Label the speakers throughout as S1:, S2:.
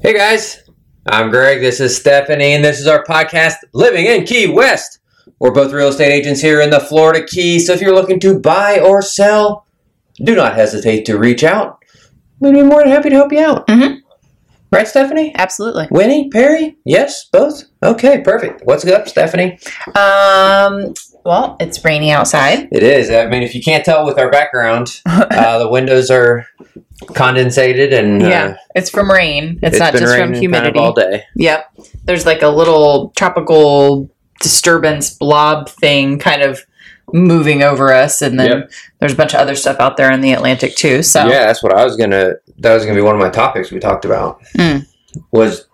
S1: Hey guys, I'm Greg. This is Stephanie, and this is our podcast, Living in Key West. We're both real estate agents here in the Florida Keys, so if you're looking to buy or sell, do not hesitate to reach out. We'd be more than happy to help you out.
S2: Mhm.
S1: Right, Stephanie?
S2: Absolutely.
S1: Winnie? Perry? Yes, both? Okay, perfect. What's up, Stephanie?
S2: Um, well, it's rainy outside.
S1: It is. I mean, if you can't tell with our background, uh, the windows are condensated and uh,
S2: yeah, it's from rain. It's,
S1: it's
S2: not
S1: been
S2: just from
S1: raining kind
S2: humidity.
S1: of all day.
S2: Yep. There's like a little tropical disturbance blob thing kind of moving over us and then
S1: Yep.
S2: there's a bunch of other stuff out there in the Atlantic too. So
S1: Yeah, that's what I was gonna. That was gonna be one of my topics we talked about.
S2: Mm.
S1: Was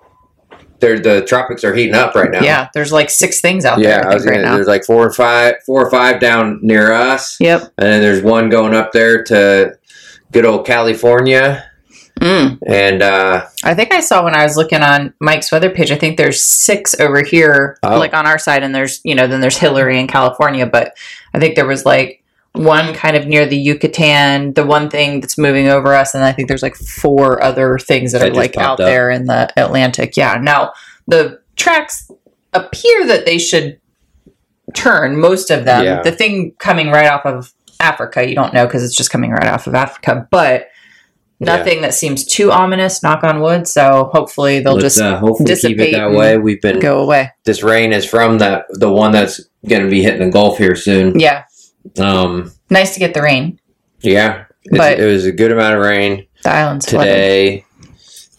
S1: there the tropics are heating up right now?
S2: yeah, there's like six things out
S1: yeah.
S2: there I
S1: I was
S2: think,
S1: gonna.
S2: right now.
S1: there's like four or five, four or five down near us,
S2: Yep.
S1: and then there's one going up there to good old California.
S2: Mm.
S1: And uh,
S2: I think I saw when I was looking on Mike's weather page, I think there's six over here,
S1: Oh.
S2: like on our side, and there's, you know, then there's Hillary in California, but I think there was like one kind of near the Yucatan, the one thing that's moving over us, and I think there's like four other things that,
S1: That
S2: are
S1: just
S2: like out
S1: popped up.
S2: there in the Atlantic. Yeah. Now, the tracks appear that they should turn, most of them.
S1: Yeah.
S2: The thing coming right off of Africa, you don't know because it's just coming right off of Africa, but nothing that seems too ominous. Knock on wood. So hopefully they'll
S1: let's,
S2: just
S1: uh, hopefully keep it
S2: dissipate
S1: that
S2: and
S1: way. We've been
S2: go away.
S1: this rain is from that the one that's going to be hitting the Gulf here soon.
S2: Yeah,
S1: Um,
S2: nice to get the rain.
S1: yeah, It's-
S2: But-
S1: it was a good amount of rain.
S2: The islands flooded.
S1: today,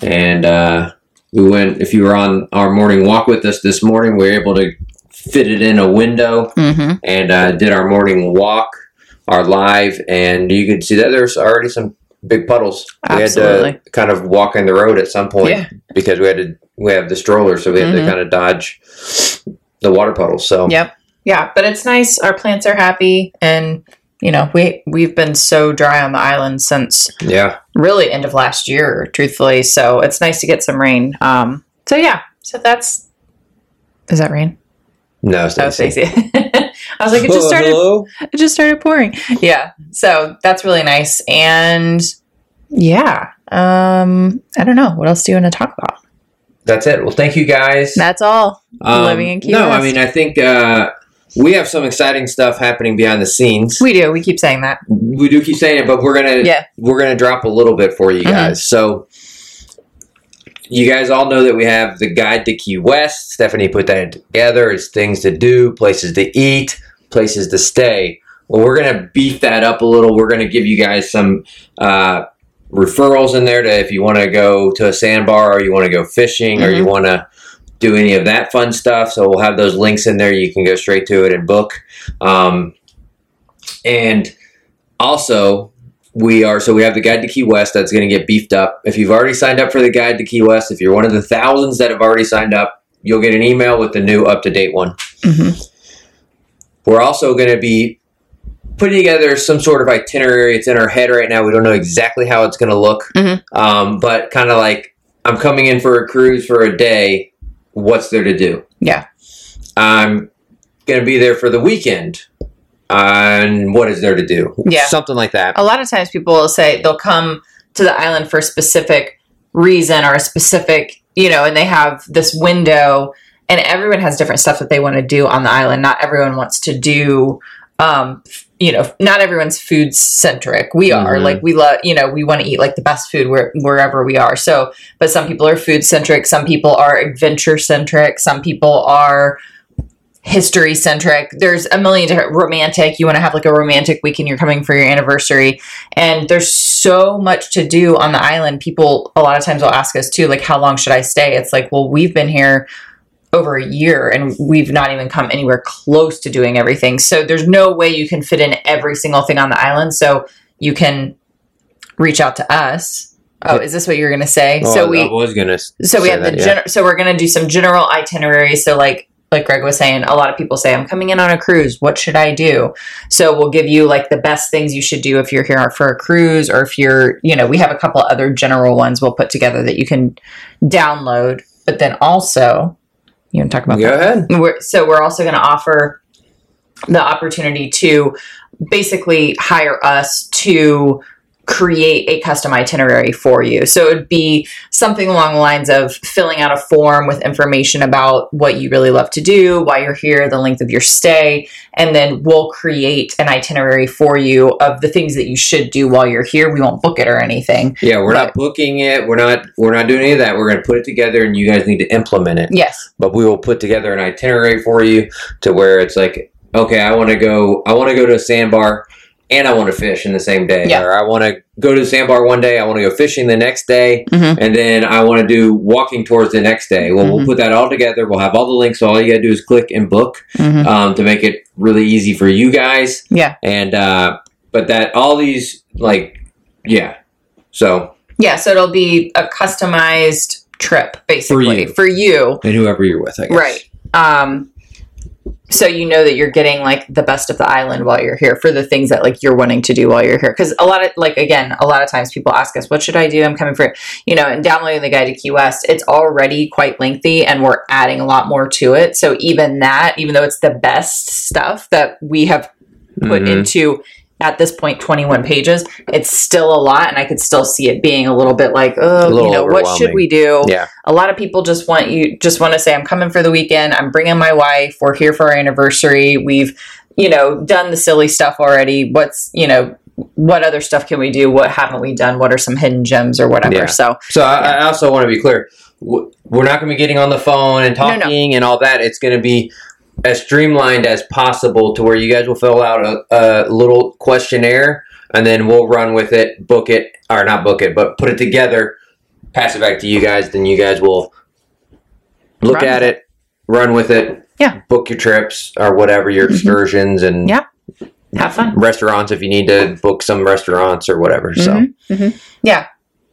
S1: and uh, we went. If you were on our morning walk with us this morning, we were able to fit it in a window
S2: Mm-hmm.
S1: and uh, did our morning walk, our live, and you could see that there's already some big puddles. We
S2: Absolutely.
S1: had to kind of walk in the road at some point
S2: Yeah.
S1: because we had to. We have the stroller, so we had to
S2: Mhm.
S1: kind of dodge the water puddles. So
S2: Yep. Yeah, but it's nice. Our plants are happy, and you know we we've been so dry on the island since
S1: yeah,
S2: really end of last year, truthfully. So it's nice to get some rain. Um. So yeah. So that's. Is that rain?
S1: no, it's
S2: Oh,
S1: nice.
S2: Stacey. I was like, it just
S1: Oh,
S2: started
S1: hello?
S2: it just started pouring. Yeah. So that's really nice. And yeah. Um, I don't know. What else do you want to talk about?
S1: That's it. Well, thank you guys.
S2: That's all. Living in Key
S1: Um, No, I
S2: West.
S1: mean I think uh, we have some exciting stuff happening behind the scenes. We,
S2: We do. We keep saying that.
S1: do keep saying it, but we're gonna
S2: Yeah.
S1: we're gonna drop a little bit for you
S2: Mhm.
S1: guys. So you guys all know that we have the guide to Key West. Stephanie put that together. It's things to do, places to eat, places to stay. Well, we're gonna beef that up a little. We're gonna give you guys some uh, referrals in there to if you want to go to a sandbar or you want to go fishing or you want to do any of that fun stuff. So we'll have those links in there. You can go straight to it and book. Um, and also, we are so we have the guide to Key West that's going to get beefed up. If you've already signed up for the guide to Key West, if you're one of the thousands that have already signed up, you'll get an email with the new up to date one.
S2: Mm-hmm.
S1: We're also going to be putting together some sort of itinerary. It's in our head right now. We don't know exactly how it's going to look,
S2: Mhm.
S1: um, but kind of like I'm coming in for a cruise for a day. What's there to do?
S2: Yeah.
S1: I'm going to be there for the weekend. And what is there to do?
S2: Yeah.
S1: Something like that.
S2: A lot of times people will say they'll come to the island for a specific reason or a specific, you know, and they have this window and everyone has different stuff that they want to do on the island. Not everyone wants to do um f- you know, not everyone's food centric. We are
S1: Mhm.
S2: like we love, you know, we want to eat like the best food where, wherever we are. So, but some people are food centric, some people are adventure centric, some people are history centric. There's a million different romantic. You want to have like a romantic weekend. You're coming for your anniversary, and there's so much to do on the island. People a lot of times will ask us too, like, how long should I stay? It's like, well, we've been here over a year and we've not even come anywhere close to doing everything. So there's no way you can fit in every single thing on the island. So you can reach out to us. Oh, is this what you're going to say?
S1: Oh,
S2: so
S1: I-
S2: we
S1: I was gonna. s-
S2: so we
S1: say
S2: have the
S1: that, yeah.
S2: gen- so we're going to do some general itineraries so like like greg was saying a lot of people say i'm coming in on a cruise what should i do so we'll give you like the best things you should do if you're here for a cruise or if you're you know we have a couple other general ones we'll put together that you can download but then also you want to talk about that
S1: Go ahead.
S2: we're, so we're also going to offer the opportunity to basically hire us to create a custom itinerary for you. So it would be something along the lines of filling out a form with information about what you really love to do, why you're here, the length of your stay, and then we'll create an itinerary for you of the things that you should do while you're here. We won't book it or anything.
S1: Yeah, we're not booking it. We're not we're not doing any of that. We're going to put it together, and you guys need to implement it.
S2: Yes.
S1: But we will put together an itinerary for you to where it's like, okay, I want to go. I want to go to a sandbar, and I want to fish in the same day.
S2: Yeah.
S1: Or I want to go to the sandbar one day. I want to go fishing the next day,
S2: Mhm.
S1: and then I want to do walking tours the next day. Well, we'll
S2: Mhm.
S1: put that all together. We'll have all the links. So all you got to do is click and book
S2: Mhm.
S1: um, to make it really easy for you guys.
S2: Yeah.
S1: And uh, but that all these like yeah. So
S2: Yeah, so it'll be a customized trip basically
S1: you.
S2: For you.
S1: and whoever you're with, I guess.
S2: Right. Um, so you know that you're getting like the best of the island while you're here for the things that like you're wanting to do while you're here. Because a lot of like again, a lot of times people ask us, "What should I do?" I'm coming for you know, and downloading the guide to Key West. It's already quite lengthy, and we're adding a lot more to it. So even that, even though it's the best stuff that we have put
S1: Mhm.
S2: into at this point 21 pages it's still a lot and i could still see it being a little bit like oh
S1: little
S2: you know what should
S1: overwhelming.
S2: we do
S1: Yeah.
S2: a lot of people just want you just want to say i'm coming for the weekend i'm bringing my wife we're here for our anniversary we've you know done the silly stuff already what's you know what other stuff can we do what haven't we done what are some hidden gems or whatever
S1: Yeah.
S2: so
S1: So I, I also want to be clear. W- We're not going to be getting on the phone and
S2: No, no.
S1: talking and all that. It's going to be as streamlined as possible to where you guys will fill out a, a little questionnaire and then we'll run with it, book it, or not book it, but put it together, pass it back to you guys. Then you guys will look
S2: Run
S1: at it, run with it,
S2: Yeah. Mm-hmm.
S1: book your trips or whatever your excursions and
S2: Yeah. have fun
S1: restaurants if you need to book some restaurants or whatever. So
S2: Mhm, mhm. yeah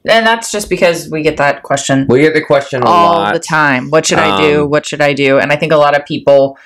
S2: and that's just because we get that question
S1: we get the question a
S2: all
S1: lot.
S2: the time. What should I do?
S1: Um,
S2: What should I do? And I think a lot of people,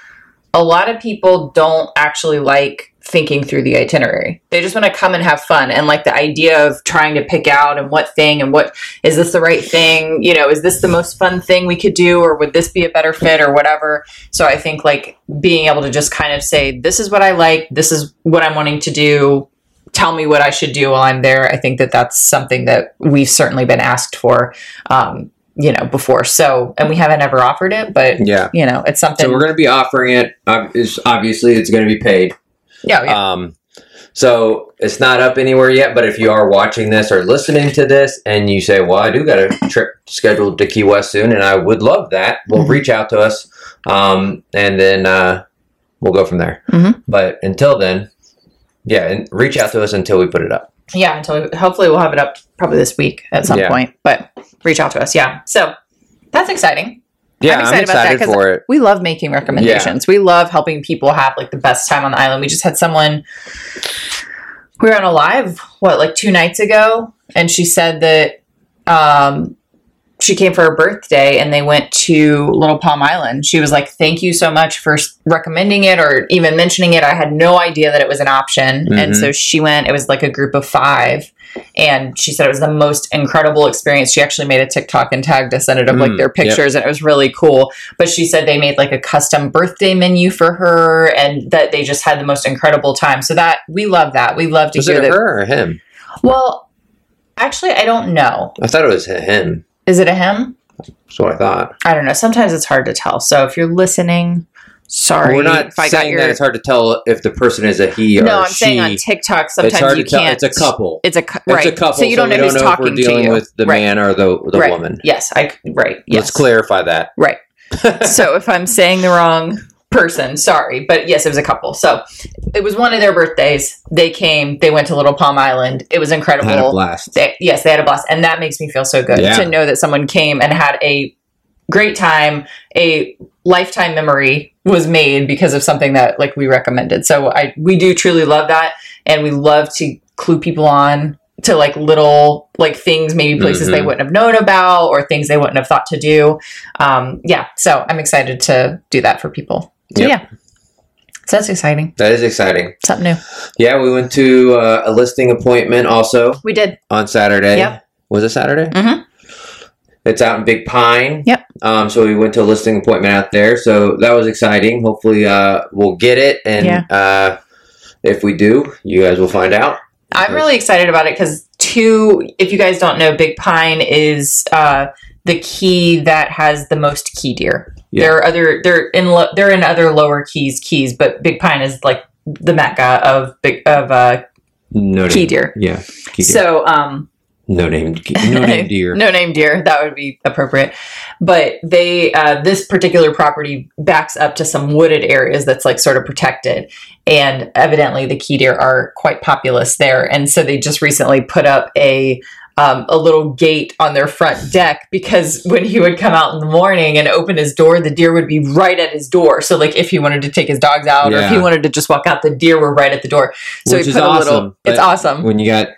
S2: a lot of people don't actually like thinking through the itinerary. They just want to come and have fun. And like the idea of trying to pick out and what thing and what is this the right thing? You know, is this the most fun thing we could do or would this be a better fit or whatever? So I think like being able to just kind of say, this is what I like, this is what I'm wanting to do. Tell me what I should do while I'm there. I think that that's something that we've certainly been asked for, um, you know, before. So, and we haven't ever offered it, but
S1: yeah.
S2: you know, it's something.
S1: So we're going to be offering it. ob- it's- Obviously, it's going to be paid.
S2: yeah, yeah.
S1: Um, so it's not up anywhere yet. But if you are watching this or listening to this, and you say, "Well, I do got a trip scheduled to Key West soon, and I would love that," well,
S2: Mhm.
S1: reach out to us, um, and then uh, we'll go from there.
S2: Mhm.
S1: But until then, yeah, and reach out to us until we put it up.
S2: yeah until we, hopefully we'll have it up probably this week at some
S1: Yeah.
S2: point but reach out to us yeah so that's exciting
S1: Yeah, I'm
S2: excited
S1: excited,
S2: about that 'cause
S1: for it.
S2: we love making recommendations we love helping people have like the best time on the island we just had someone we were on a live what like two nights ago and she said that um she came for her birthday and they went to Little Palm Island. She was like, Thank you so much for s- recommending it or even mentioning it. I had no idea that it was an option. And
S1: Mhm.
S2: so she went, it was like a group of five. And she said it was the most incredible experience. She actually made a TikTok and tagged us in it of like
S1: Mm,
S2: their
S1: yep.
S2: pictures, and it was really cool. But she said they made like a custom birthday menu for her and that they just had the most incredible time. So that we love that. We love to
S1: Was
S2: hear
S1: it
S2: that.
S1: her or him?
S2: Well, actually, I don't know.
S1: I thought it was him.
S2: Is it a him?
S1: That's what I thought.
S2: I don't know. Sometimes it's hard to tell. So if you're listening, sorry.
S1: We're not
S2: if I got
S1: saying
S2: your,
S1: that it's hard to tell if the person is a he or
S2: No, I'm
S1: she.
S2: saying on TikTok
S1: it's hard
S2: sometimes you
S1: to tell.
S2: can't.
S1: It's a couple.
S2: It's a cu-
S1: It's
S2: right.
S1: a couple.
S2: So you don't know who's
S1: if
S2: talking
S1: we're dealing
S2: to you.
S1: with the
S2: Right.
S1: man or the the
S2: Right.
S1: woman.
S2: Yes, I c- right. Yes.
S1: Let's clarify that.
S2: Right. so if I'm saying the wrong person, sorry, but yes, it was a couple. So it was one of their birthdays. They came. They went to Little Palm Island. It was incredible.
S1: Had a blast.
S2: They, yes, they had a blast, and that makes me feel so good
S1: Yeah.
S2: to know that someone came and had a great time. A lifetime memory was made because of something that like we recommended. So I we do truly love that, and we love to clue people on to like little like things, maybe places they
S1: Mhm.
S2: wouldn't have known about or things they wouldn't have thought to do. Um, yeah, so I'm excited to do that for people. So,
S1: Yep.
S2: Yeah, so that's exciting.
S1: That is exciting.
S2: Something new.
S1: Yeah, we went to uh, a listing appointment also
S2: We did.
S1: on Saturday.
S2: Yep.
S1: Was it Saturday?
S2: Mhm.
S1: It's out in Big Pine.
S2: Yep.
S1: Um, so we went to a listing appointment out there. So that was exciting. Hopefully, uh, we'll get it, and
S2: Yeah.
S1: uh, if we do, you guys will find out.
S2: I'm really excited about it because two, if you guys don't know, Big Pine is uh, the key that has the most key deer.
S1: Yeah.
S2: There are other they're in lo- they're in other lower keys keys, but Big Pine is like the mecca of big of uh,
S1: No
S2: key
S1: name.
S2: deer.
S1: Yeah. Key deer.
S2: So um,
S1: no name. Key, no name deer.
S2: no name deer. That would be appropriate. But they, uh, this particular property backs up to some wooded areas that's like sort of protected. And evidently the key deer are quite populous there. And so they just recently put up a, um, a little gate on their front deck because when he would come out in the morning and open his door, the deer would be right at his door. So like if he wanted to take his dogs out or if he
S1: Yeah.
S2: wanted to just walk out, the deer were right at the door. So
S1: Which
S2: he
S1: is
S2: put a
S1: awesome,
S2: little.
S1: but-
S2: It's awesome.
S1: When you got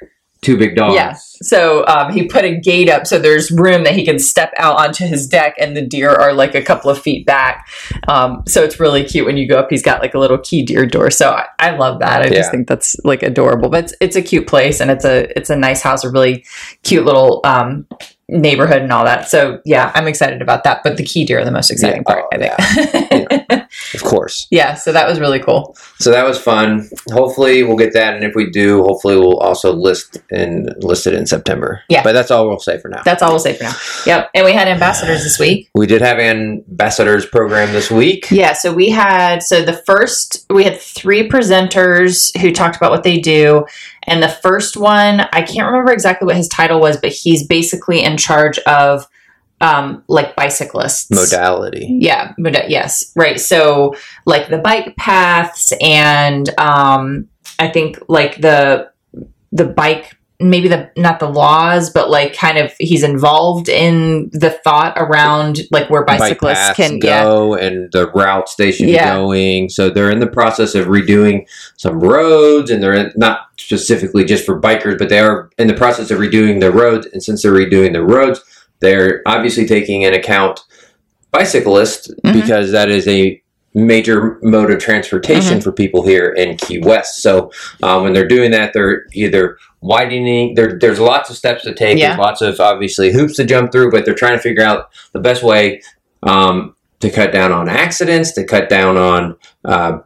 S1: two big dogs.
S2: Yeah. So um, he put a gate up so there's room that he can step out onto his deck, and the deer are like a couple of feet back. Um, so it's really cute when you go up. He's got like a little key deer door. So I, I love that. I
S1: Yeah.
S2: just think that's like adorable. But it's, it's a cute place, and it's a it's a nice house, a really cute little um, neighborhood, and all that. So yeah, I'm excited about that. But the key deer are the most exciting
S1: Yeah.
S2: part,
S1: Oh,
S2: I think. Yeah.
S1: Of course.
S2: So that was really cool.
S1: So that was fun. Hopefully we'll get that, and if we do, hopefully we'll also list and list it in September.
S2: Yeah.
S1: but that's all we'll say for now.
S2: That's all we'll say for now. Yep. And we had ambassadors this week.
S1: we did have an ambassadors program this week.
S2: Yeah, so we had so the first we had three presenters who talked about what they do, and the first one I can't remember exactly what his title was, but he's basically in charge of um, like bicyclists.
S1: Modality.
S2: Yeah, moda- yes, right. So like the bike paths and um, I think like the the bike maybe the not the laws but like kind of he's involved in the thought around like where
S1: Bike
S2: bicyclists
S1: paths
S2: can yeah
S1: go and the routes they should
S2: Yeah.
S1: be going. So they're in the process of redoing some roads, and they're in- not specifically just for bikers, but they are in the process of redoing the roads. And since they're redoing the roads, they're obviously taking in account bicyclists
S2: Mhm.
S1: because that is a major mode of transportation for people here in Key West. So um, when they're doing that, they're either widening. There, there's lots of steps to take.
S2: Yeah.
S1: There's lots of obviously hoops to jump through, but they're trying to figure out the best way um, to cut down on accidents, to cut down on uh,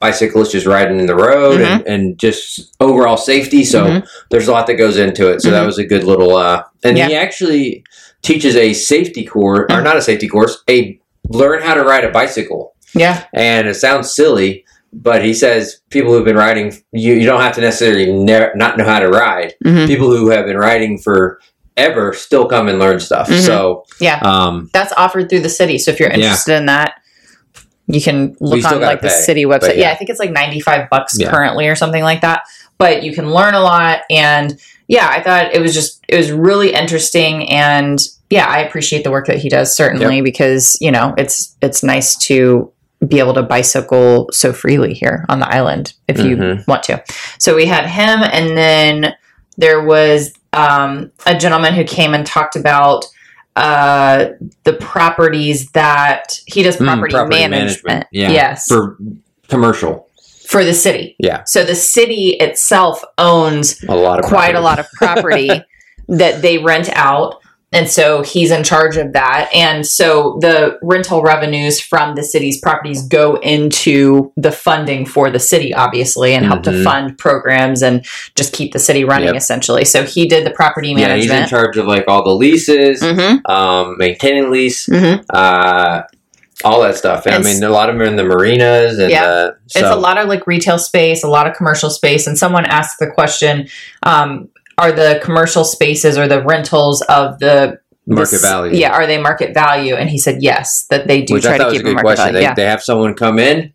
S1: bicyclists just riding in the road, and, and just overall safety. So
S2: Mhm.
S1: there's a lot that goes into it. So that
S2: Mhm.
S1: was a good little. Uh, and he actually teaches a safety course,
S2: Mm-hmm.
S1: or not a safety course, a learn how to ride a bicycle.
S2: yeah
S1: And it sounds silly, but he says people who've been riding, you, you don't have to necessarily ne- not know how to ride.
S2: Mhm.
S1: People who have been riding for ever still come and learn stuff.
S2: Mhm.
S1: So
S2: Yeah.
S1: um,
S2: that's offered through the city. So if you're
S1: Yeah.
S2: interested in that, you can look
S1: still
S2: on
S1: gotta
S2: like the
S1: pay,
S2: city website.
S1: yeah.
S2: Yeah. I think it's like 95 bucks
S1: Yeah.
S2: currently or something like that. But you can learn a lot and yeah, I thought it was just it was really interesting and yeah, I appreciate the work that he does certainly because, you know, it's it's nice to be able to bicycle so freely here on the island if you
S1: Mhm.
S2: want to. So we had him and then there was um, a gentleman who came and talked about uh, the properties that he does
S1: Mm,
S2: property,
S1: property
S2: management.
S1: management, yeah.
S2: Yes.
S1: for
S2: For,
S1: commercial,
S2: the city.
S1: Yeah.
S2: So the city itself owns
S1: a lot of
S2: quite a lot of property that they rent out. And so he's in charge of that. And so the rental revenues from the city's properties go into the funding for the city, obviously, and help to
S1: Mhm.
S2: fund programs and just keep the city running,
S1: Yep.
S2: essentially. So he did the property
S1: Yeah, he's in
S2: management.
S1: charge of like all the leases,
S2: mm-hmm.
S1: um, maintaining lease,
S2: Mm-hmm.
S1: uh, all that stuff. And I
S2: It's-
S1: mean, a lot of them are in the marinas, and
S2: Yeah.
S1: uh, so,
S2: it's a lot of like retail space, a lot of commercial space. And someone asked the question, um, are the commercial spaces or the rentals of the
S1: market
S2: this-
S1: value.
S2: Yeah, are they market value? And he said yes, that they do
S1: which
S2: try
S1: I
S2: to
S1: thought
S2: keep
S1: was a
S2: them
S1: good
S2: market
S1: question.
S2: value.
S1: They,
S2: yeah.
S1: they have someone come in.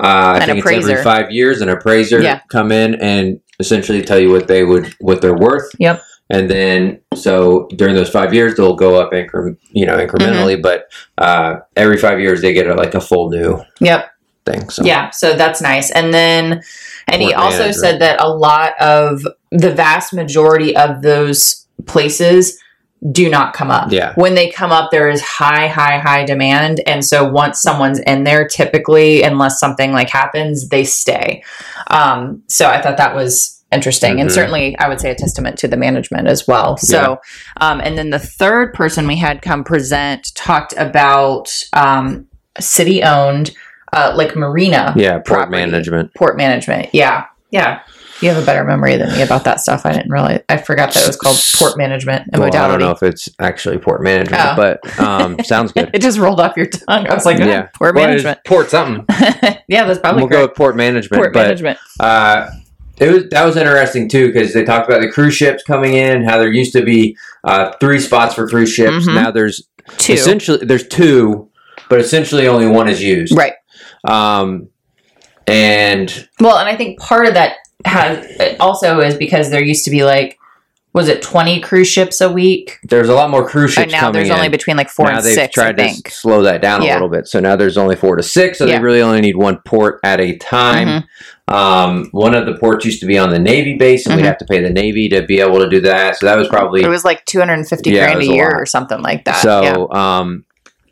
S1: Uh, I
S2: An
S1: think it's
S2: appraiser.
S1: every five years, an appraiser
S2: Yeah.
S1: come in and essentially tell you what they would what they're worth.
S2: Yep.
S1: And then so during those five years, they'll go up incre- you know
S2: Mm-hmm.
S1: incrementally, but uh, every five years they get a, like a full new
S2: Yep.
S1: thing. So
S2: Yeah. So that's nice. And then, and he
S1: Fort
S2: also
S1: Management.
S2: said that a lot of the vast majority of those places do not come up.
S1: Yeah.
S2: When they come up, there is high, high, high demand. And so once someone's in there, typically, unless something like happens, they stay. Um, so I thought that was interesting and
S1: Mhm.
S2: certainly I would say a testament to the management as well. So, um, and then the third person we had come present talked about um, city owned, uh, like marina
S1: yeah, port
S2: Property.
S1: management.
S2: port management. Yeah. Yeah. You have a better memory than me about that stuff. I didn't realize. I forgot that it was called port management and
S1: Well, I don't
S2: modality.
S1: know if it's actually port management,
S2: Oh.
S1: but um, sounds good.
S2: It just rolled off your tongue. I was like, yeah, port
S1: Well, it's
S2: management.
S1: Port something.
S2: yeah, that's probably
S1: we'll go
S2: correct.
S1: with port management.
S2: port
S1: but
S2: management.
S1: uh, it was, that was interesting too because they talked about the cruise ships coming in, how there used to be uh, three spots for cruise ships.
S2: Mhm.
S1: Now there's
S2: Two.
S1: essentially there's two, but essentially only one is used.
S2: Right.
S1: Um, and
S2: Well, and I think part of that has it also is because there used to be like, was it twenty cruise ships a week?
S1: there's a lot more cruise ships
S2: And now
S1: coming
S2: there's
S1: in.
S2: only between like four
S1: now
S2: and
S1: they've
S2: six. I
S1: tried to s-
S2: think.
S1: slow that down a
S2: Yeah.
S1: little bit. So now there's only four to six. So
S2: Yeah. Mm-hmm.
S1: they really only need one port at a time. Um, one of the ports used to be on the Navy base, and
S2: Mhm.
S1: we'd have to pay the Navy to be able to do that. So that was probably
S2: It was like two hundred and fifty
S1: Yeah, it
S2: grand a
S1: was a
S2: year
S1: lot.
S2: or something like that. yeah.
S1: So um,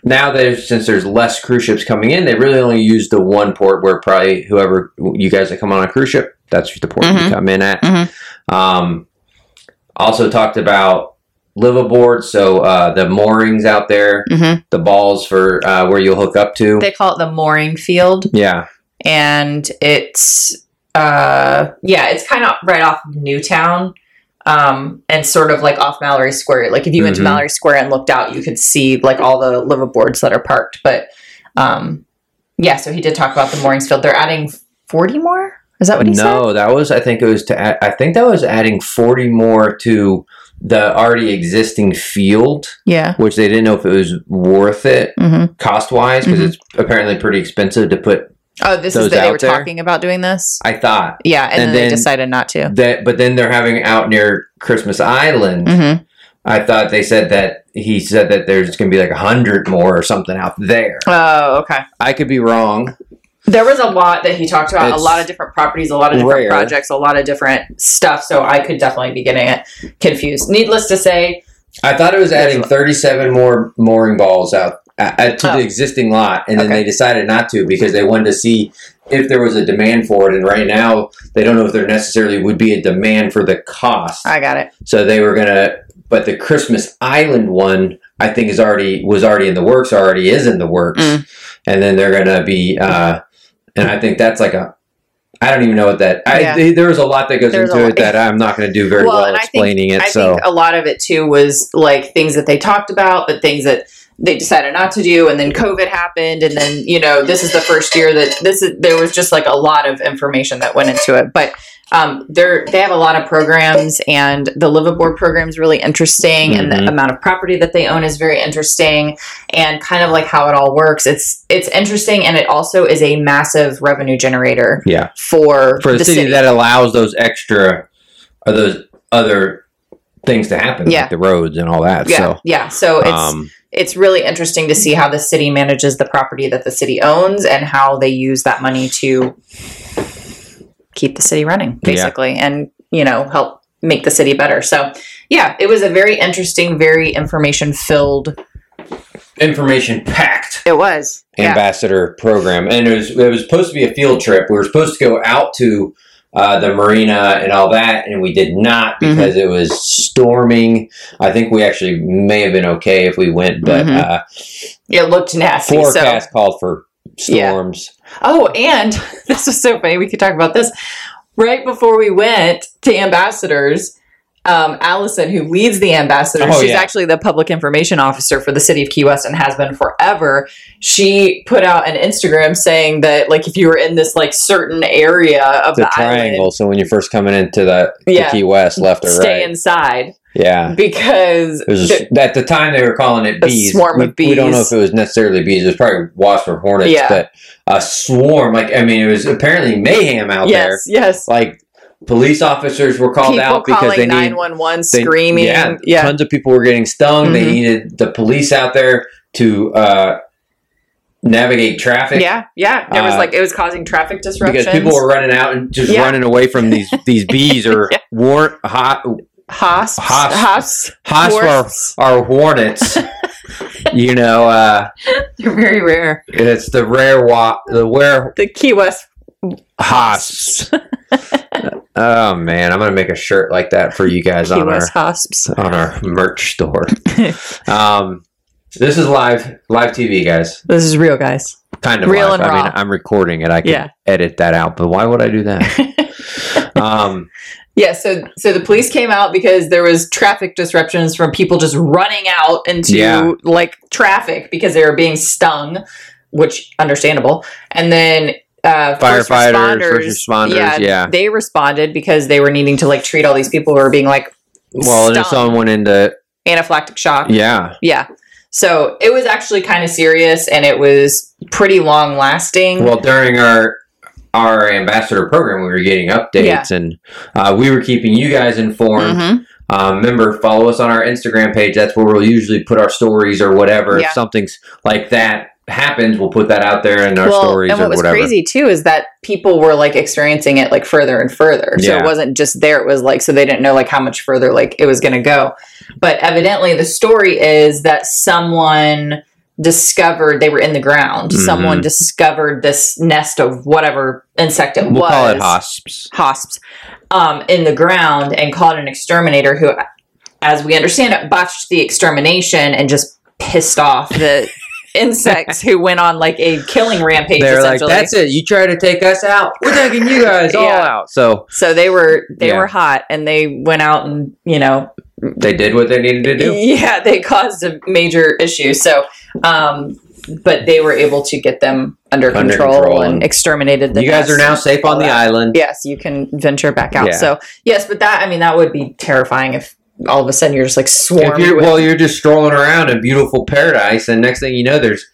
S1: now there's since there's less cruise ships coming in, they really only use the one port where probably whoever you guys that come on a cruise ship, that's the port
S2: Mhm.
S1: you come in at.
S2: Mhm.
S1: Um, also talked about live aboard, so uh, the moorings out there,
S2: Mhm.
S1: the balls for uh, where you'll hook up to.
S2: they call it the mooring field,
S1: yeah,
S2: and it's uh yeah, it's kind of right off Newtown. Um, and sort of like off Mallory Square. Like if you went to
S1: Mhm.
S2: Mallory Square and looked out, you could see like all the liveaboards that are parked. But um, yeah, so he did talk about the moorings field. They're adding forty more. Is that what he said?
S1: no, that was I think it was to add, I think that was adding forty more to the already existing field,
S2: Yeah.
S1: which they didn't know if it was worth it.
S2: Mm-hmm.
S1: cost wise because
S2: Mhm.
S1: it's apparently pretty expensive to put.
S2: Oh, this
S1: Those
S2: is that they
S1: out
S2: were
S1: there?
S2: talking about doing this.
S1: I thought
S2: Yeah, and,
S1: And
S2: then, they
S1: then-
S2: decided not to.
S1: that, but then they're having it out near Christmas Island.
S2: Mm-hmm.
S1: I thought they said that he said that there's going to be like a hundred more or something out there.
S2: Oh, okay.
S1: I could be wrong.
S2: There was a lot that he talked about, a
S1: It's
S2: lot of different properties, a lot of different
S1: rare.
S2: projects, a lot of different stuff. So I could definitely be getting it confused. Needless to say,
S1: I thought it was adding 37 more mooring balls out uh, uh, to
S2: Oh.
S1: the existing lot, and then
S2: Okay.
S1: they decided not to because they wanted to see if there was a demand for it. And right now, they don't know if there necessarily would be a demand for the cost.
S2: I got it.
S1: So they were gonna, but the Christmas Island one, I think, is already was already in the works, already is in the works,
S2: Mm.
S1: and then they're gonna be, uh, and I think that's like a, I don't even know what that. I,
S2: Yeah.
S1: th- there was a lot that goes
S2: There's a
S1: into
S2: lot.
S1: it that I'm not gonna do very
S2: Well,
S1: well,
S2: and I think-
S1: explaining it.
S2: I
S1: so
S2: think a lot of it too was like things that they talked about, but things that they decided not to do, and then COVID happened, and then you know this is the first year that this is there was just like a lot of information that went into it, but. Um, they're they have a lot of programs and the live aboard program is really interesting and
S1: Mhm.
S2: the amount of property that they own is very interesting and kind of like how it all works it's it's interesting and it also is a massive revenue generator
S1: Yeah.
S2: for
S1: for the, city, that allows those extra or those other things to happen,
S2: Yeah.
S1: like the roads and all that.
S2: yeah yeah so
S1: So,
S2: it's
S1: um,
S2: it's really interesting to see how the city manages the property that the city owns and how they use that money to keep the city running
S1: Yeah.
S2: basically and you know help make the city better so yeah it was a very interesting very information filled
S1: information packed.
S2: it was
S1: ambassador program, and it was it was supposed to be a field trip. We were supposed to go out to uh, the marina and all that, and we did not
S2: Mm-hmm.
S1: because it was storming. I think we actually may have been okay if we went, but
S2: Mhm.
S1: uh,
S2: it looked nasty so
S1: forecast called for
S2: Yeah.
S1: storms.
S2: Oh, and this was so funny. We could talk about this. Right before we went to ambassadors, um, Allison, who leads the ambassadors,
S1: Oh,
S2: she's
S1: yeah.
S2: actually the public information officer for the city of Key West and has been forever. She put out an Instagram saying that, like, if you were in this like certain area of the,
S1: The triangle.
S2: island,
S1: So when you're first coming into the, the
S2: Yeah.
S1: Key West, left or
S2: stay
S1: right,
S2: inside
S1: yeah.
S2: because
S1: It was
S2: the-
S1: at the time they were calling it
S2: A
S1: bees.
S2: swarm
S1: we,
S2: of
S1: we don't know
S2: bees.
S1: if it was necessarily bees. It was probably wasps or hornets,
S2: Yeah.
S1: but a swarm. Like I mean, it was apparently mayhem out there.
S2: yes, yes,
S1: like police officers were called
S2: people
S1: out because they need
S2: calling nine one one,
S1: they-
S2: screaming,
S1: Yeah,
S2: yeah.
S1: tons of people were getting stung. They
S2: Mhm.
S1: needed the police out there to uh, navigate traffic.
S2: Yeah, yeah. There was
S1: Uh,
S2: like it was causing traffic disruptions.
S1: Because people were running out and just
S2: Yeah.
S1: running away from these these bees or
S2: Yeah.
S1: war hot
S2: Haas,
S1: Haas-
S2: Haas,
S1: hosper
S2: Horse.
S1: or hornets. you know, uh,
S2: They're very rare.
S1: it's the rare wa- the rare
S2: The Key West.
S1: hosps. oh man, I'm gonna make a shirt like that for you guys
S2: Key
S1: on our
S2: West Hosps.
S1: on our merch store. um, this is live live TV, guys.
S2: This is real, guys.
S1: Kind of
S2: Real
S1: live.
S2: and
S1: I
S2: raw.
S1: mean, I'm recording it. I can
S2: Yeah.
S1: edit that out, but why would I do that? Um,
S2: Yeah, so so the police came out because there was traffic disruptions from people just running out into
S1: Yeah.
S2: like traffic because they were being stung, which understandable. And then uh, first
S1: firefighters, first responders, yeah.
S2: they responded because they were needing to like treat all these people who were being like
S1: Well, and if
S2: stung.
S1: someone into
S2: anaphylactic shock.
S1: yeah,
S2: Yeah. So it was actually kind of serious and it was pretty long lasting.
S1: well during our our ambassador program, we were getting updates, and uh, we were keeping you guys informed.
S2: Mhm.
S1: Um, remember, follow us on our Instagram page. That's where we'll usually put our stories or whatever.
S2: Yeah.
S1: If something's like that happens, we'll put that out there in our stories
S2: and what
S1: or
S2: was
S1: whatever.
S2: crazy too is that people were like experiencing it like further and further. So
S1: Yeah.
S2: it wasn't just there; it was like so they didn't know like how much further like it was going to go. But evidently, the story is that someone discovered they were in the ground.
S1: Mhm.
S2: Someone discovered this nest of whatever insect it
S1: We'll
S2: was.
S1: call it hosps.
S2: hosps um, in the ground and called an exterminator who, as we understand it, botched the extermination and just pissed off the insects who went on like a killing rampage.
S1: They're like,
S2: essentially,
S1: that's it. You try to take us out, we're taking you guys all
S2: Yeah.
S1: out. So
S2: so they were they
S1: Yeah.
S2: were hot and they went out and you know
S1: they did what they needed to do.
S2: yeah they caused a major issue. So, um, but they were able to get them under
S1: Under
S2: control,
S1: control
S2: and
S1: and-
S2: exterminated. The
S1: you guys
S2: nest
S1: are now
S2: and
S1: safe on
S2: all
S1: the
S2: that.
S1: island.
S2: yes, you can venture back out.
S1: Yeah.
S2: So yes, but that I mean that would be terrifying if all of a sudden you're just like
S1: If
S2: swarmed.
S1: you're,
S2: with-
S1: well, you're just strolling around in beautiful paradise, and next thing you know, there's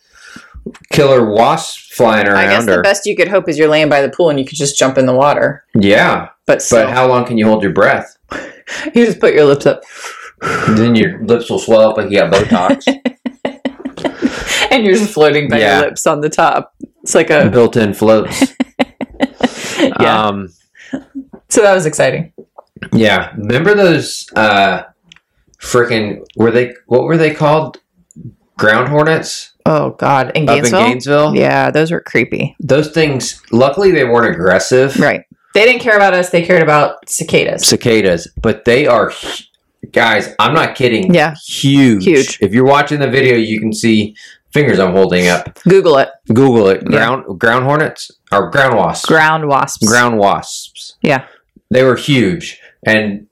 S1: killer wasps flying
S2: I guess
S1: around.
S2: the
S1: Or
S2: best you could hope is you're laying by the pool and you could just jump in the water.
S1: yeah,
S2: But
S1: but
S2: still,
S1: how long can you hold your breath?
S2: you just put your lips up
S1: then your lips will swell up like you got Botox,
S2: and you're just floating by
S1: Yeah.
S2: your lips on the top. It's like a
S1: built-in floats.
S2: yeah.
S1: Um,
S2: so that was exciting.
S1: yeah. Remember those uh, freaking were they? What were they called? Ground hornets
S2: Oh God, in
S1: up in
S2: Gainesville.
S1: Gainesville.
S2: yeah, those were creepy.
S1: Those things. Luckily, they weren't aggressive.
S2: Right. They didn't care about us. They cared about cicadas.
S1: cicadas, but they are, hu- guys. I'm not kidding.
S2: Yeah.
S1: huge.
S2: Huge.
S1: If you're watching the video, you can see fingers I'm holding up.
S2: Google it.
S1: Google it.
S2: Yeah.
S1: Ground ground hornets or ground wasps.
S2: Ground wasps.
S1: ground wasps.
S2: Yeah.
S1: they were huge, and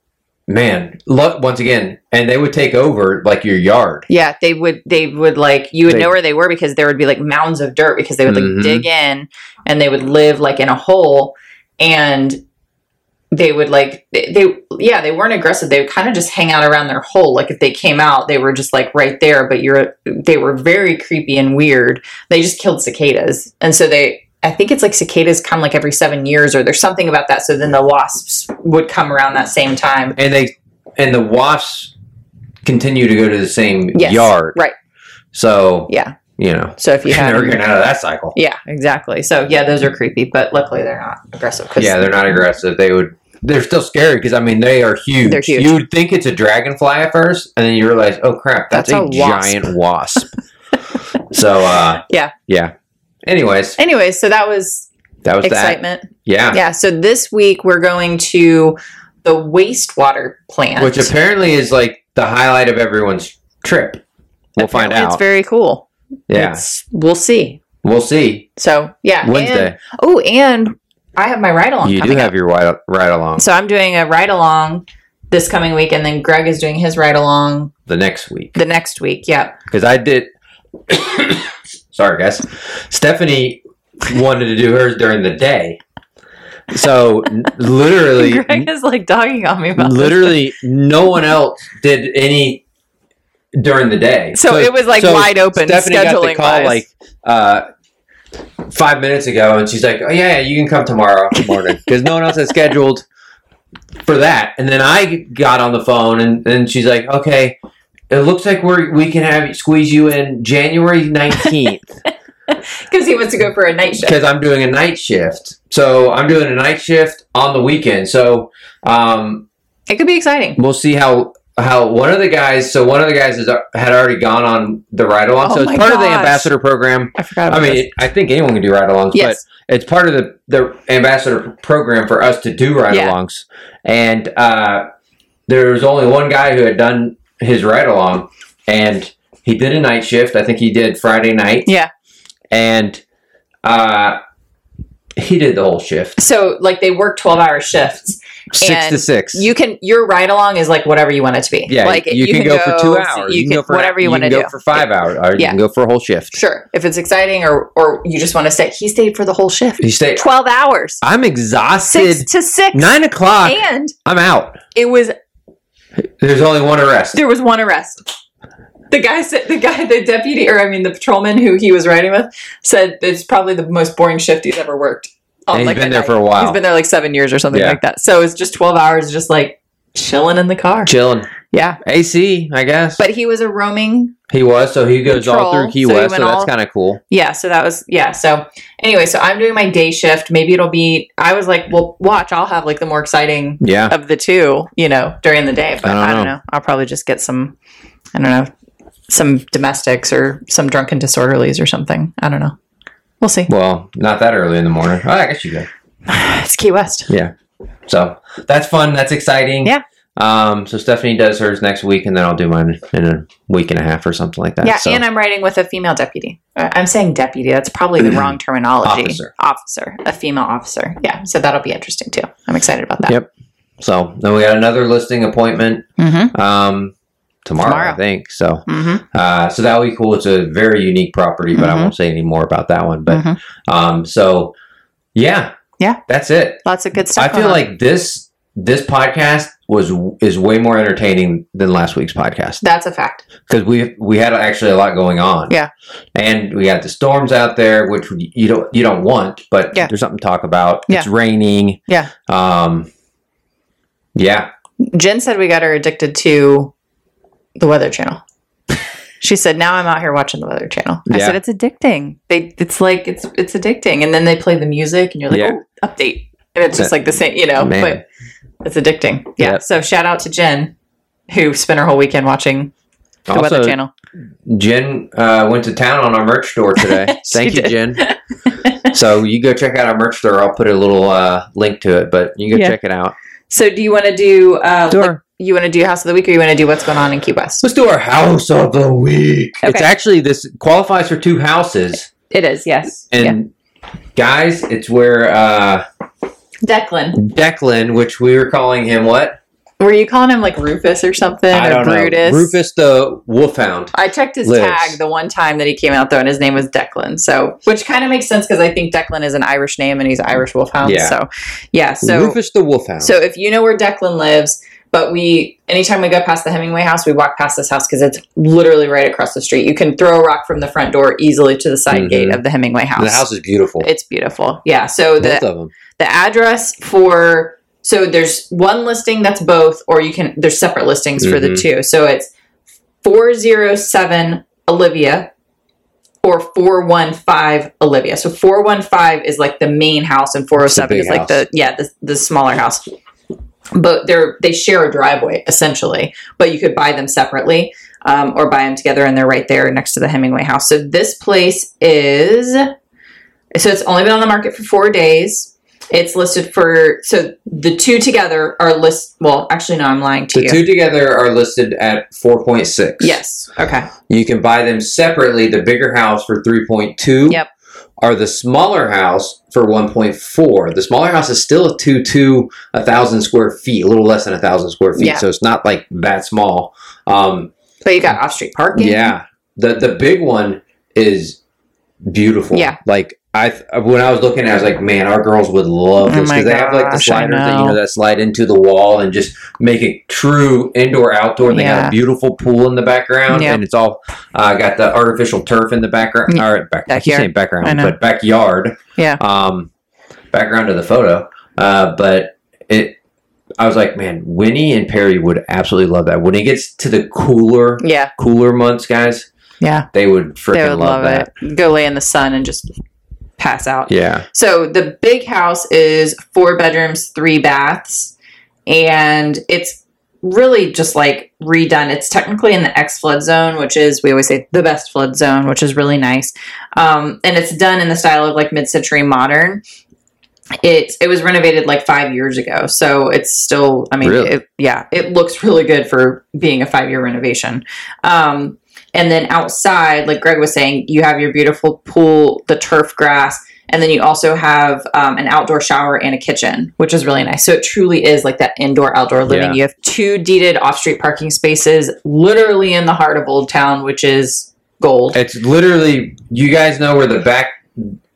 S1: man, lo- once again, and they would take over like your yard.
S2: Yeah, they would. They would like you would
S1: They-
S2: know where they were because there would be like mounds of dirt because they would like
S1: Mhm.
S2: dig in and they would live like in a hole and they would like they, they yeah they weren't aggressive they would kind of just hang out around their hole like if they came out they were just like right there but you're they were very creepy and weird they just killed cicadas and so they i think it's like cicadas come like every seven years or there's something about that so then the wasps would come around that same time
S1: and they and the wasps continue to go to the same
S2: Yes,
S1: yard.
S2: right.
S1: So
S2: yeah
S1: you know,
S2: so if you have
S1: never getting out of that cycle.
S2: Yeah, exactly. So yeah, those are creepy, but luckily they're not aggressive. 'cause-
S1: Yeah, they're not aggressive. They would. They're still scary because I mean they are huge.
S2: They're huge.
S1: You'd think it's a dragonfly at first, and then you realize, oh crap, that's,
S2: That's
S1: a,
S2: a wasp.
S1: giant wasp. so uh,
S2: Yeah.
S1: yeah. Anyways,
S2: Anyway, so that was
S1: that Ah. was
S2: excitement.
S1: that. Yeah.
S2: Yeah. So this week we're going to the wastewater plant,
S1: which apparently is like the highlight of everyone's trip. We'll find
S2: Apparently
S1: out.
S2: It's very cool.
S1: yeah,
S2: It's- we'll see.
S1: we'll see
S2: So yeah,
S1: Wednesday.
S2: and- oh, and I have my ride along.
S1: you do
S2: coming
S1: have your ride, ride along
S2: Up. So I'm doing a ride along this coming week, and then Greg is doing his ride along
S1: the next week
S2: the next week. Yeah.
S1: because I did. sorry, guys. Stephanie wanted to do hers during the day, so n- literally.
S2: Greg is like dogging on me about this.
S1: literally no one else did any during the day.
S2: So it was, like, wide open scheduling
S1: call
S2: wise.
S1: like uh, five minutes ago, and she's like, "Oh yeah, yeah, you can come tomorrow morning because no one else has scheduled for that." And then I got on the phone, and and she's like, "Okay." It looks like we're we can have squeeze you in January nineteenth
S2: because he wants to go for a night shift.
S1: because I'm doing a night shift. So I'm doing a night shift on the weekend. So um,
S2: It could be exciting.
S1: we'll see how how one of the guys so one of the guys is, had already gone on the ride along
S2: Oh
S1: so it's
S2: my
S1: part of the
S2: gosh.
S1: ambassador program
S2: I forgot.
S1: i
S2: About
S1: mean
S2: this.
S1: it, i think anyone can do ride alongs
S2: yes.
S1: but it's part of the the ambassador program for us to do ride alongs and uh there was only one guy who had done his ride along and he did a night shift i think he did friday night
S2: Yeah.
S1: and uh he did the whole shift
S2: so like they work 12 hour shifts
S1: Six to
S2: And
S1: six.
S2: You can your ride along is like whatever you want it to be.
S1: yeah,
S2: like
S1: you, can, go, for two hours. You, can, go for an
S2: whatever
S1: hour.
S2: you want to
S1: can
S2: do.
S1: go for five hours, or you
S2: Yeah.
S1: can go for a whole shift.
S2: Sure, if it's exciting or or you just want to stay. He stayed for the whole shift,
S1: You stay.
S2: twelve hours,
S1: I'm exhausted.
S2: six to six,
S1: Nine o'clock.
S2: and
S1: I'm out.
S2: it was
S1: There's only one arrest.
S2: there was one arrest. The guy said the guy the deputy or I mean the patrolman who he was riding with said it's probably the most boring shift he's ever worked. on,
S1: and he's
S2: like,
S1: been
S2: a
S1: there
S2: night.
S1: for a while.
S2: He's been there like seven years or something
S1: Yeah.
S2: like that. So it's just twelve hours, just like chilling in the car.
S1: chilling.
S2: Yeah,
S1: AC, I guess.
S2: but he was a roaming
S1: he was, so he goes all
S2: Patrol,
S1: through Key
S2: so he
S1: West, so
S2: went
S1: that's
S2: all-
S1: kind of cool.
S2: yeah so that was yeah so anyway so i'm doing my day shift maybe it'll be i was like well watch i'll have like the more exciting
S1: Yeah.
S2: of the two you know during the day but
S1: I
S2: i
S1: don't
S2: don't,
S1: know.
S2: know. i'll probably just get some i don't know some domestics or some drunken disorderlies or something i don't know we'll see
S1: Well, not that early in the morning. Oh, I guess you go.
S2: it's key west
S1: So that's fun. That's exciting.
S2: Yeah.
S1: Um, so Stephanie does hers next week, and then I'll do mine in a week and a half or something like that.
S2: yeah
S1: so.
S2: and i'm writing with a female deputy Uh, i'm saying deputy that's probably the wrong terminology
S1: Officer.
S2: officer a female officer yeah so that'll be interesting too i'm excited about that
S1: Yep. so then we got another listing appointment
S2: mm-hmm.
S1: um, tomorrow, I
S2: Tomorrow.
S1: think. So
S2: Mm-hmm.
S1: uh, so that'll be cool. It's a very unique property, but I
S2: Mhm.
S1: won't say any more about that one. But
S2: Mhm.
S1: um, so yeah,
S2: Yeah.
S1: that's it.
S2: lots of good stuff
S1: I
S2: going
S1: feel
S2: on.
S1: like this this podcast was is way more entertaining than last week's podcast
S2: that's a fact
S1: because we we had actually a lot going on.
S2: Yeah.
S1: and we had the storms out there, which you don't you don't want, but
S2: Yeah.
S1: there's something to talk about. It's raining.
S2: Yeah.
S1: Um. Yeah.
S2: Jen said we got her addicted to the Weather Channel. she said, "Now I'm out here watching the Weather Channel." I
S1: Yeah.
S2: said, "It's addicting. They, it's like it's it's addicting." And then they play the music, and you're like,
S1: Yeah.
S2: "Oh, update," and it's just like the same, you know.
S1: Man.
S2: Oh, But it's addicting. Yeah.
S1: Yep.
S2: So shout out to Jen, who spent her whole weekend watching the Weather
S1: also,
S2: Channel.
S1: Jen uh, went to town on our merch store today.
S2: She
S1: Thank you,
S2: did.
S1: Jen. so you go check out our merch store. I'll put a little uh, link to it, but you go
S2: Yeah.
S1: check it out.
S2: So do you want to do? Uh,
S1: Do
S2: like,
S1: our-
S2: you want to do House of the Week, or you want to do What's Going On in Key West?
S1: Let's do our house of the week.
S2: Okay.
S1: It's actually this qualifies for two houses,
S2: It is yes.
S1: and guys, it's where uh,
S2: yeah. Declan,
S1: Declan, which we were calling him what?
S2: were you calling him like Rufus or something, or Brutus?
S1: know. Rufus the Wolfhound.
S2: I checked his
S1: lives.
S2: tag the one time that he came out though, and his name was Declan. So, which kind of makes sense because I think Declan is an Irish name, and he's Irish Wolfhound.
S1: Yeah.
S2: So, yeah. So,
S1: Rufus the Wolfhound.
S2: so if you know where Declan lives, but we anytime we go past the Hemingway house, we walk past this house because it's literally right across the street. You can throw a rock from the front door easily to the side
S1: Mhm.
S2: gate of the Hemingway house.
S1: the house is beautiful.
S2: it's beautiful. Yeah. So the
S1: Both of them.
S2: the address for so there's one listing that's both or you can there's separate listings for the
S1: Mhm.
S2: two so it's 407 olivia or 415 olivia so 415 is like the main house and 407
S1: big
S2: is like
S1: house.
S2: the yeah the, the smaller house but they're they share a driveway essentially but you could buy them separately um, or buy them together and they're right there next to the hemingway house so this place is so it's only been on the market for four days it's listed for so the two together are list well actually no i'm lying to
S1: The
S2: you
S1: two together are listed at four point six.
S2: yes okay
S1: You can buy them separately. The bigger house for three point two.
S2: Yep.
S1: Or the smaller house for one point four. The smaller house is still a two two a thousand square feet, a little less than a thousand square feet.
S2: Yeah.
S1: So it's not like that small. Um,
S2: but you got off-street parking
S1: yeah. The the big one is beautiful.
S2: Yeah.
S1: Like I th- when I was looking, at it, I was like, man, our girls would love
S2: Oh
S1: this
S2: my
S1: because they have like the
S2: gosh, I
S1: sliders that you
S2: know.
S1: know that slide into the wall and just make it true indoor outdoor. And They got
S2: Yeah.
S1: a beautiful pool in the background,
S2: Yeah.
S1: and it's all uh, got the artificial turf in the background.
S2: Yeah.
S1: Or back, I keep
S2: Backyard.
S1: saying background,
S2: I know.
S1: but backyard.
S2: Yeah.
S1: Um, background of the photo, uh, but it. I was like, man, Winnie and Perry would absolutely love that. When it gets to the cooler
S2: yeah
S1: cooler months, guys,
S2: yeah
S1: they would freaking
S2: they would
S1: love,
S2: love,
S1: that.
S2: it go lay in the sun and just pass out
S1: Yeah.
S2: So the big house is four bedrooms, three baths, and it's really just like redone. It's technically in the X flood zone, which is we always say the best flood zone, which is really nice. Um, and it's done in the style of like mid century modern. It it was renovated like five years ago, so it's still. I mean,
S1: Really?
S2: it, yeah, it looks really good for being a five year renovation. Um, and then outside, like Greg was saying, you have your beautiful pool, the turf grass And then you also have um, an outdoor shower and a kitchen, which is really nice. So it truly is like that indoor outdoor living.
S1: Yeah.
S2: You have two deeded off street parking spaces, literally in the heart of Old Town, which is gold.
S1: It's literally you guys know where the back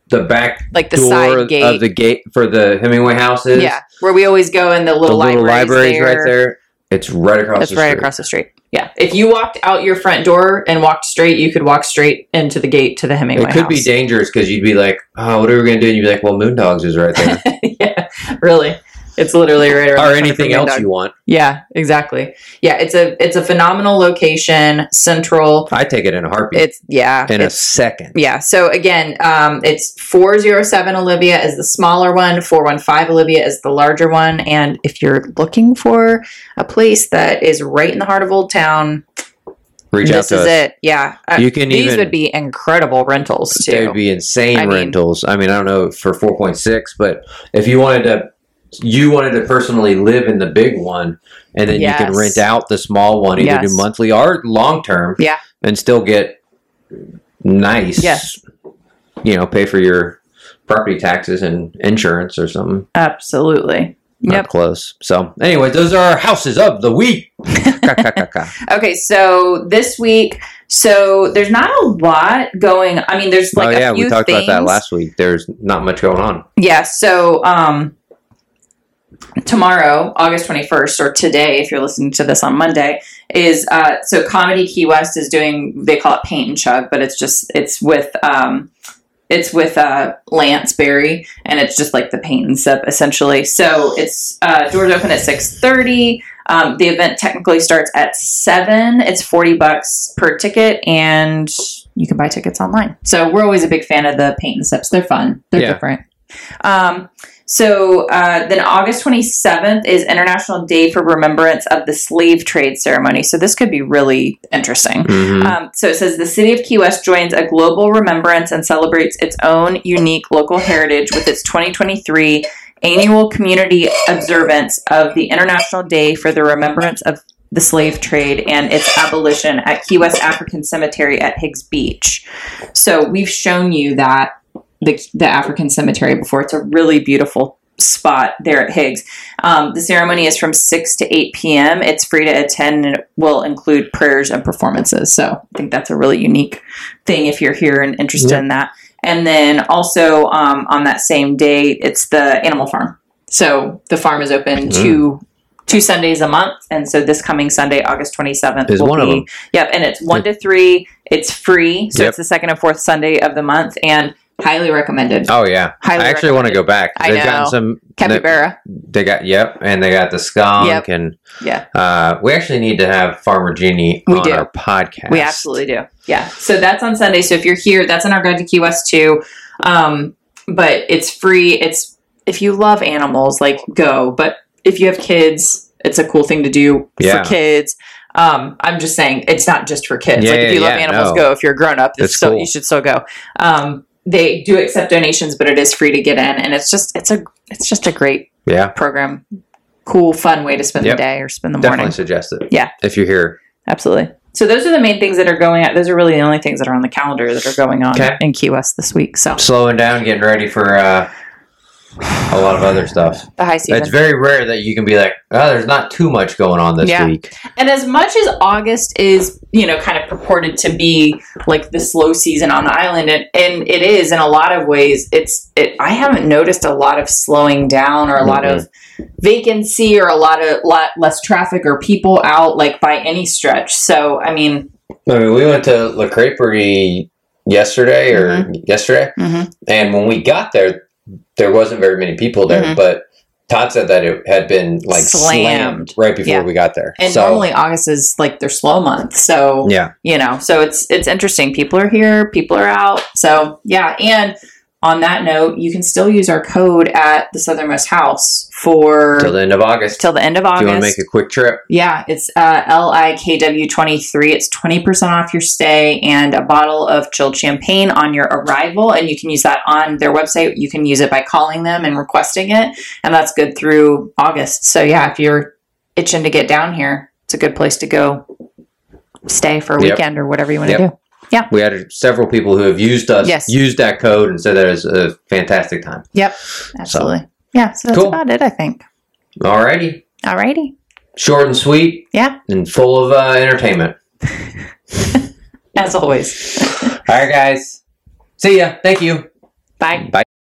S1: the back
S2: Like the
S1: door
S2: side gate.
S1: of the gate for the Hemingway house is.
S2: yeah, where we always go in the
S1: the
S2: little,
S1: little library's
S2: libraries
S1: right there. It's right across.
S2: That's
S1: the
S2: right
S1: street.
S2: across the street. Yeah, if you walked out your front door and walked straight, you could walk straight into the gate to the Hemingway.
S1: It could be
S2: house.
S1: dangerous because you'd be like, "Oh, what are we gonna do?" And you'd be like, "Well, Moondogs is right there,
S2: yeah, really. It's literally right around.
S1: or
S2: the corner
S1: anything
S2: from
S1: else
S2: Dog.
S1: you want."
S2: Yeah, exactly. Yeah, it's a it's a phenomenal location, central.
S1: I take it in a heartbeat
S2: It's yeah,
S1: in a
S2: it's,
S1: second.
S2: yeah. So again, um, it's four zero seven Olivia is the smaller one, four one five Olivia is the larger one, and if you're looking for a place that is right in the heart of Old Town,
S1: Reach out
S2: this
S1: to
S2: is
S1: us.
S2: it. Yeah, Uh,
S1: You can
S2: these
S1: even
S2: would be incredible rentals too.
S1: they would be insane
S2: I mean-
S1: rentals. I mean, I don't know for four point six, but if you wanted to, you wanted to personally live in the big one, and then you can
S2: Yes.
S1: rent out the small one, either
S2: Yes.
S1: do monthly or long term,
S2: Yeah.
S1: and still get nice,
S2: Yes.
S1: you know, pay for your property taxes and insurance or something.
S2: Absolutely.
S1: Not
S2: Yep.
S1: close. So, anyway, those are our houses of the week. Ka, ka, ka, ka.
S2: Okay, so this week, so there's not a lot going. I mean, there's like
S1: oh yeah,
S2: a few
S1: we talked
S2: things.
S1: about that last week. There's not much going on.
S2: Yeah, so um, tomorrow, August 21st, or today, if you're listening to this on Monday, is uh, so Comedy Key West is doing. They call it Paint and Chug, but it's just it's with um, it's with uh, Lance Berry, and it's just like the paint and sip essentially. So it's uh, doors open at 6:30. Um, the event technically starts at seven. It's forty bucks per ticket, and you can buy tickets online. So we're always a big fan of the paint and sips. They're fun. They're
S1: Yeah.
S2: different. Um, so uh, then August 27th is International Day for Remembrance of the Slave Trade Ceremony. So this could be really interesting.
S1: Mhm.
S2: Um, so it says the city of Key West joins a global remembrance and celebrates its own unique local heritage with its 2023 annual community observance of the International Day for the Remembrance of the Slave Trade and its abolition at Key West African Cemetery at Higgs Beach. So we've shown you that the, the African cemetery before. It's a really beautiful spot there at Higgs. Um, the ceremony is from 6 to 8 p.m. It's free to attend and it will include prayers and performances. So I think that's a really unique thing if you're here and interested in that. And then also um, on that same day, it's the animal farm. So the farm is open
S1: Mm.
S2: two two Sundays a month, and so this coming Sunday, August twenty seventh,
S1: Is one of them.
S2: Yep, and it's one to three. It's free, so
S1: Yep.
S2: it's the second and fourth Sunday of the month, and highly recommended.
S1: Oh yeah,
S2: Highly
S1: I actually want to go back.
S2: I
S1: They've
S2: know.
S1: gotten some.
S2: Capybara.
S1: They got yep, and they got the skunk
S2: Yep.
S1: and
S2: Yeah.
S1: Uh, we actually need to have Farmer Genie
S2: We
S1: on
S2: do.
S1: our podcast.
S2: We absolutely do. Yeah. So that's on Sunday. So if you're here, that's in our guide to Key West too. Um, but it's free. It's if you love animals, like go. But if you have kids, it's a cool thing to do
S1: Yeah.
S2: for kids. Um, I'm just saying it's not just for kids.
S1: Yeah,
S2: like if
S1: yeah,
S2: you love
S1: yeah,
S2: animals,
S1: no.
S2: go. If you're a grown up, it's
S1: That's
S2: still,
S1: cool.
S2: you should still go. Um, they do accept donations, but it is free to get in, and it's just it's a it's just a great
S1: Yeah,
S2: program, cool, fun way to spend
S1: Yep.
S2: the day or spend the morning.
S1: definitely suggest it.
S2: Yeah.
S1: if you're here,
S2: Absolutely. So those are the main things that are going on. Those are really the only things that are on the calendar that are going on
S1: Okay.
S2: in Key West this week. So
S1: slowing down, getting ready for uh, a lot of other stuff.
S2: the high
S1: It's
S2: season.
S1: very rare that you can be like, oh, there's not too much going on this
S2: Yeah.
S1: week.
S2: And as much as August is, you know, kind of purported to be like the slow season on the island, and, and it is in a lot of ways, it's it I haven't noticed a lot of slowing down or a lot of vacancy or a lot of lot less traffic or people out like by any stretch. So I mean
S1: I mean, we went to La Creperie yesterday or
S2: Mm-hmm.
S1: yesterday, and when we got there, there wasn't very many people there,
S2: Mhm.
S1: but. Todd said that it had been like slammed,
S2: Slammed.
S1: right before
S2: Yeah.
S1: we got there.
S2: and
S1: so,
S2: normally August is like their slow month. So
S1: yeah,
S2: you know so it's it's interesting people are here people are out so yeah and on that note you can still use our code at the southernmost house for
S1: till the end of August.
S2: till the end of
S1: Do you want to
S2: august
S1: make a quick trip?
S2: yeah it's uh, likw23 it's 20% off your stay and a bottle of chilled champagne on your arrival and you can use that on their website you can use it by calling them and requesting it and that's good through august so yeah if you're itching to get down here it's a good place to go stay for a
S1: Yep.
S2: weekend or whatever you want to
S1: Yep.
S2: do Yeah.
S1: We had several people who have used us,
S2: Yes.
S1: used that code and said that is a fantastic time.
S2: Yep. Absolutely. yeah. So that's
S1: Cool.
S2: about it, I think.
S1: Alrighty.
S2: Alrighty.
S1: Short and sweet
S2: Yeah.
S1: and full of uh, entertainment.
S2: As always.
S1: All right, guys. See ya. Thank you.
S2: Bye.
S1: Bye.